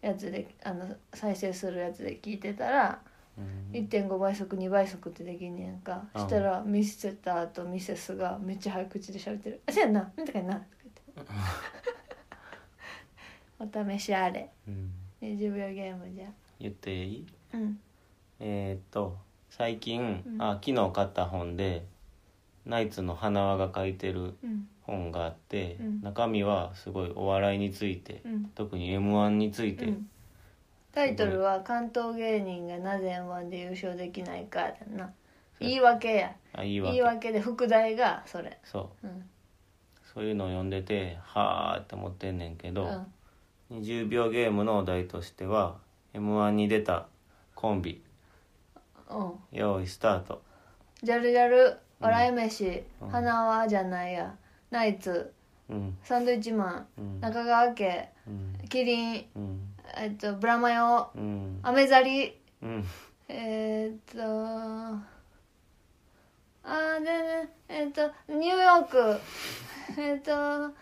[SPEAKER 1] やつであの再生するやつで聞いてたら、
[SPEAKER 2] うん
[SPEAKER 1] 1.5倍速2倍速ってできんねやんか、
[SPEAKER 2] うん
[SPEAKER 1] したらミスターとミセスがめっちゃ早口で喋ってる「あそうやんななんとかやんな」とか
[SPEAKER 2] *laughs*
[SPEAKER 1] 言ってお試しあれ
[SPEAKER 2] うん
[SPEAKER 1] 20秒ゲームじゃ
[SPEAKER 2] 言っていい
[SPEAKER 1] うん
[SPEAKER 2] えーっと最近、
[SPEAKER 1] うん
[SPEAKER 2] あ昨日買った本でナイツの花輪が書いてる
[SPEAKER 1] うん
[SPEAKER 2] 本があって、
[SPEAKER 1] うん
[SPEAKER 2] 中身はすごいお笑いについて、
[SPEAKER 1] うん
[SPEAKER 2] 特に m 1についうて、
[SPEAKER 1] んタイトルは「関東芸人がなぜ m 1で優勝できないか」だな
[SPEAKER 2] そう
[SPEAKER 1] 言い訳や
[SPEAKER 2] あいいわ
[SPEAKER 1] 言
[SPEAKER 2] け
[SPEAKER 1] い訳で副題がそれ
[SPEAKER 2] そう
[SPEAKER 1] うん
[SPEAKER 2] そういうのを読んでてはあって思ってんねんけ
[SPEAKER 1] う
[SPEAKER 2] ど、
[SPEAKER 1] ん
[SPEAKER 2] 20秒ゲームのお題としては m 1に出たコンビ
[SPEAKER 1] うん
[SPEAKER 2] 用意スタート
[SPEAKER 1] ジャルジャル笑い飯、
[SPEAKER 2] うん
[SPEAKER 1] 花輪じゃないやナイツ
[SPEAKER 2] うん
[SPEAKER 1] サンドイッチマ
[SPEAKER 2] うん
[SPEAKER 1] ン中川家
[SPEAKER 2] うん
[SPEAKER 1] キリン、
[SPEAKER 2] うん
[SPEAKER 1] えっと、ブラマヨ
[SPEAKER 2] うん
[SPEAKER 1] アメザリ
[SPEAKER 2] うん
[SPEAKER 1] えーっとあーでねえっとニューヨークえっとえっとあーも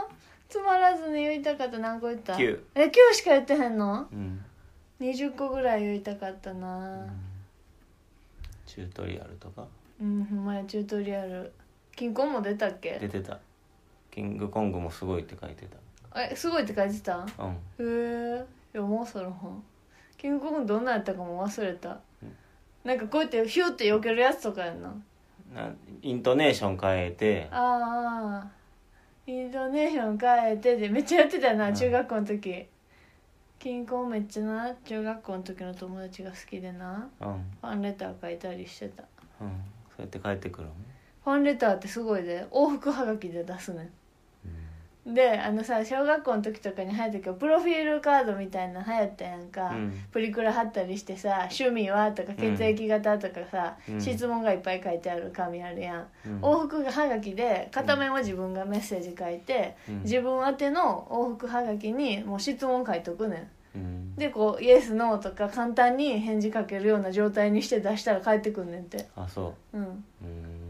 [SPEAKER 1] うつまらずに言いたかった何個言った
[SPEAKER 2] 九
[SPEAKER 1] え9しか言ってへんの
[SPEAKER 2] うん、
[SPEAKER 1] 20個ぐらい言いたかった
[SPEAKER 2] う
[SPEAKER 1] なん
[SPEAKER 2] チュートリアルとか
[SPEAKER 1] うんほんまやチュートリアル金婚も出たっ
[SPEAKER 2] 出
[SPEAKER 1] け
[SPEAKER 2] てたキングコングもすごいって書いて
[SPEAKER 1] えすごいって書いてた
[SPEAKER 2] たうん
[SPEAKER 1] へえいやもうその本キングコングどんなんやったかも忘れた
[SPEAKER 2] うん
[SPEAKER 1] なんかこうやってヒューって避けるやつとかやんな
[SPEAKER 2] なイントネーション変えて
[SPEAKER 1] ああインドネーション変えてでめっちゃやってたよな、
[SPEAKER 2] うん
[SPEAKER 1] 中学校の時金婚めっちゃな中学校の時の友達が好きでな
[SPEAKER 2] うんうん
[SPEAKER 1] ファンレター書いたりしてた
[SPEAKER 2] そうやって帰ってくるのね
[SPEAKER 1] ファンレターってすごいで往復はがきで出すねんであのさ小学校の時とかに流行ったけどプロフィールカードみたいなの流行ったやんか、
[SPEAKER 2] うん
[SPEAKER 1] プリクラ貼ったりしてさ「趣味は?」とか「
[SPEAKER 2] うん
[SPEAKER 1] 血液型?」とかさ、
[SPEAKER 2] うん
[SPEAKER 1] 質問がいっぱい書いてある紙あるやん、
[SPEAKER 2] うん
[SPEAKER 1] 往復がはがきで片面は自分がメッセージ書いて、
[SPEAKER 2] うん
[SPEAKER 1] 自分宛ての往復はがきにもう質問書いとくね
[SPEAKER 2] うん
[SPEAKER 1] んでこう「イエス・ノー」とか簡単に返事書けるような状態にして出したら帰ってくんねんて
[SPEAKER 2] あそ
[SPEAKER 1] うん、
[SPEAKER 2] ううん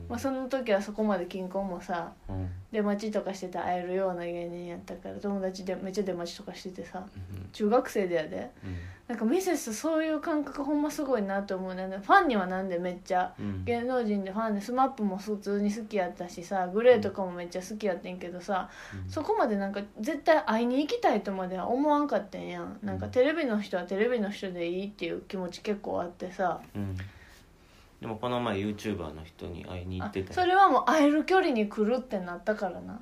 [SPEAKER 1] まあ、その時はそこまで金婚もさ
[SPEAKER 2] うん
[SPEAKER 1] 出待ちとかしてて会えるような芸人やったから友達でめっちゃ出待ちとかしててさ
[SPEAKER 2] うん
[SPEAKER 1] 中学生でやでなんかミセスそういう感覚ほんますごいなと思うねんファンにはなんでめっちゃ
[SPEAKER 2] うん
[SPEAKER 1] 芸能人でファンで SMAP も普通に好きやったしさグレーとかもめっちゃ好きやってんけどさ、
[SPEAKER 2] うん
[SPEAKER 1] そこまでなんか絶対会いに行きたいとまでは思わんかったんやんなんかテレビの人はテレビの人でいいっていう気持ち結構あってさ
[SPEAKER 2] うんでもこの前 YouTuber の人に会いに行って
[SPEAKER 1] あ
[SPEAKER 2] た
[SPEAKER 1] それはもう会える距離に来るってなったからな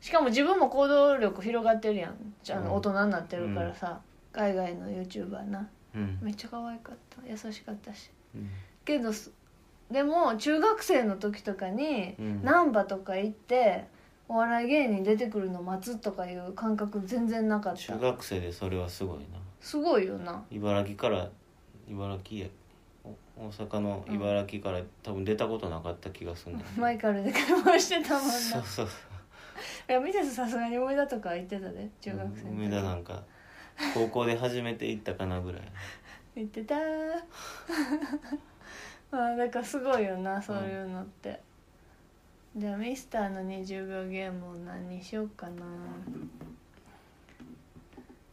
[SPEAKER 1] しかも自分も行動力広がってるやんじゃああ
[SPEAKER 2] うん
[SPEAKER 1] の大人になってるからさ、海外の YouTuber な
[SPEAKER 2] うんうん
[SPEAKER 1] めっちゃ可愛かった優しかったし
[SPEAKER 2] うん
[SPEAKER 1] けどすでも中学生の時とかに
[SPEAKER 2] うん
[SPEAKER 1] 難波とか行ってお笑い芸人出てくるの待つとかいう感覚全然なかっ
[SPEAKER 2] 中
[SPEAKER 1] た
[SPEAKER 2] 学生でそれはすごいな
[SPEAKER 1] すごいよな
[SPEAKER 2] 茨城から茨城へお大阪の茨城から多分出たことなかった気がするねん
[SPEAKER 1] マイカルで買い物してたもんな
[SPEAKER 2] そうそうそう
[SPEAKER 1] いやミセスさすがに梅田とか行ってたで中学生
[SPEAKER 2] 梅
[SPEAKER 1] の
[SPEAKER 2] 田
[SPEAKER 1] 時
[SPEAKER 2] なんか高校で初めて行ったかなぐらい
[SPEAKER 1] 行ってたー *laughs* まあだからすごいよなそういうのって、じゃあミスターの20秒ゲームを何にしようかなこ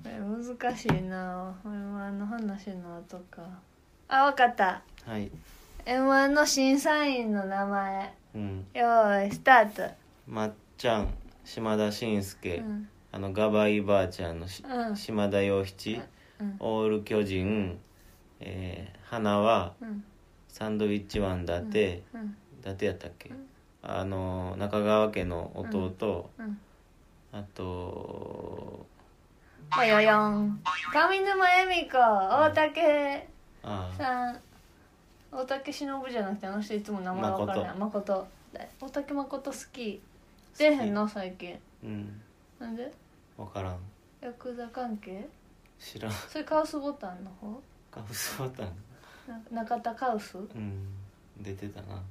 [SPEAKER 1] れ難しいな m 1の話の後かあわかった
[SPEAKER 2] はい
[SPEAKER 1] m 1の審査員の名前
[SPEAKER 2] うん
[SPEAKER 1] よーいスタート
[SPEAKER 2] まっちゃん島田紳
[SPEAKER 1] う
[SPEAKER 2] 介、
[SPEAKER 1] ん
[SPEAKER 2] あのガバイばあちゃんのし、
[SPEAKER 1] うん
[SPEAKER 2] 島田洋七
[SPEAKER 1] うん
[SPEAKER 2] オール巨人、えー、花は
[SPEAKER 1] うん
[SPEAKER 2] サンドウィッチマン伊達、
[SPEAKER 1] うん
[SPEAKER 2] 伊達やったっけ、あの中川家の弟、
[SPEAKER 1] うん
[SPEAKER 2] あと
[SPEAKER 1] ぽよよん上沼恵美子大竹
[SPEAKER 2] ああ
[SPEAKER 1] さん大竹しのぶじゃなくてあの人いつも名前わからない誠大竹誠好き出えへんの最近
[SPEAKER 2] うん
[SPEAKER 1] なんで
[SPEAKER 2] 分からん
[SPEAKER 1] ヤクザ関係
[SPEAKER 2] 知らん
[SPEAKER 1] それカウスボタンの方
[SPEAKER 2] カブスボタン
[SPEAKER 1] な中田カウス
[SPEAKER 2] うん出てたな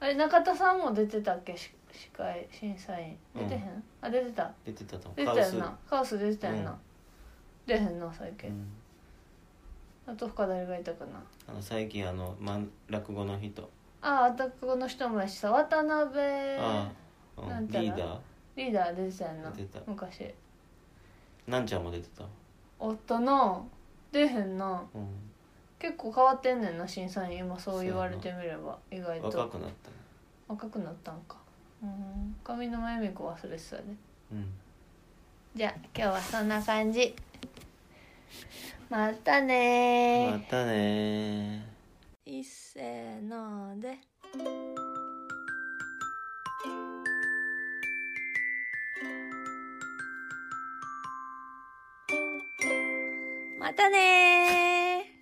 [SPEAKER 1] あれ中田さんも出てたっけし司会審査員
[SPEAKER 2] う
[SPEAKER 1] 出
[SPEAKER 2] ん
[SPEAKER 1] てへん、あ出てた
[SPEAKER 2] 出てたと
[SPEAKER 1] 出
[SPEAKER 2] 思
[SPEAKER 1] て
[SPEAKER 2] う
[SPEAKER 1] たよなカウス出てたよ
[SPEAKER 2] う
[SPEAKER 1] なん出えへんの最
[SPEAKER 2] う
[SPEAKER 1] 近、
[SPEAKER 2] ん、
[SPEAKER 1] あと他誰がいたかな
[SPEAKER 2] あの最近あの、ま、落語の人
[SPEAKER 1] あ男の人もやしさ渡辺
[SPEAKER 2] ああ、うん
[SPEAKER 1] なんちゃら
[SPEAKER 2] リーダー
[SPEAKER 1] リーダー出てたやんな
[SPEAKER 2] 出てた
[SPEAKER 1] 昔
[SPEAKER 2] なんちゃんも出てた、
[SPEAKER 1] 夫の出へんな
[SPEAKER 2] うん、
[SPEAKER 1] 結構変わってんねんな審査員今そう言われてみれば意外と
[SPEAKER 2] 若くなったね
[SPEAKER 1] 若くなったんかうん上沼恵美子忘れてたね
[SPEAKER 2] うん
[SPEAKER 1] じゃあ今日はそんな感じまたねー
[SPEAKER 2] またねー
[SPEAKER 1] いっせーのでまたねー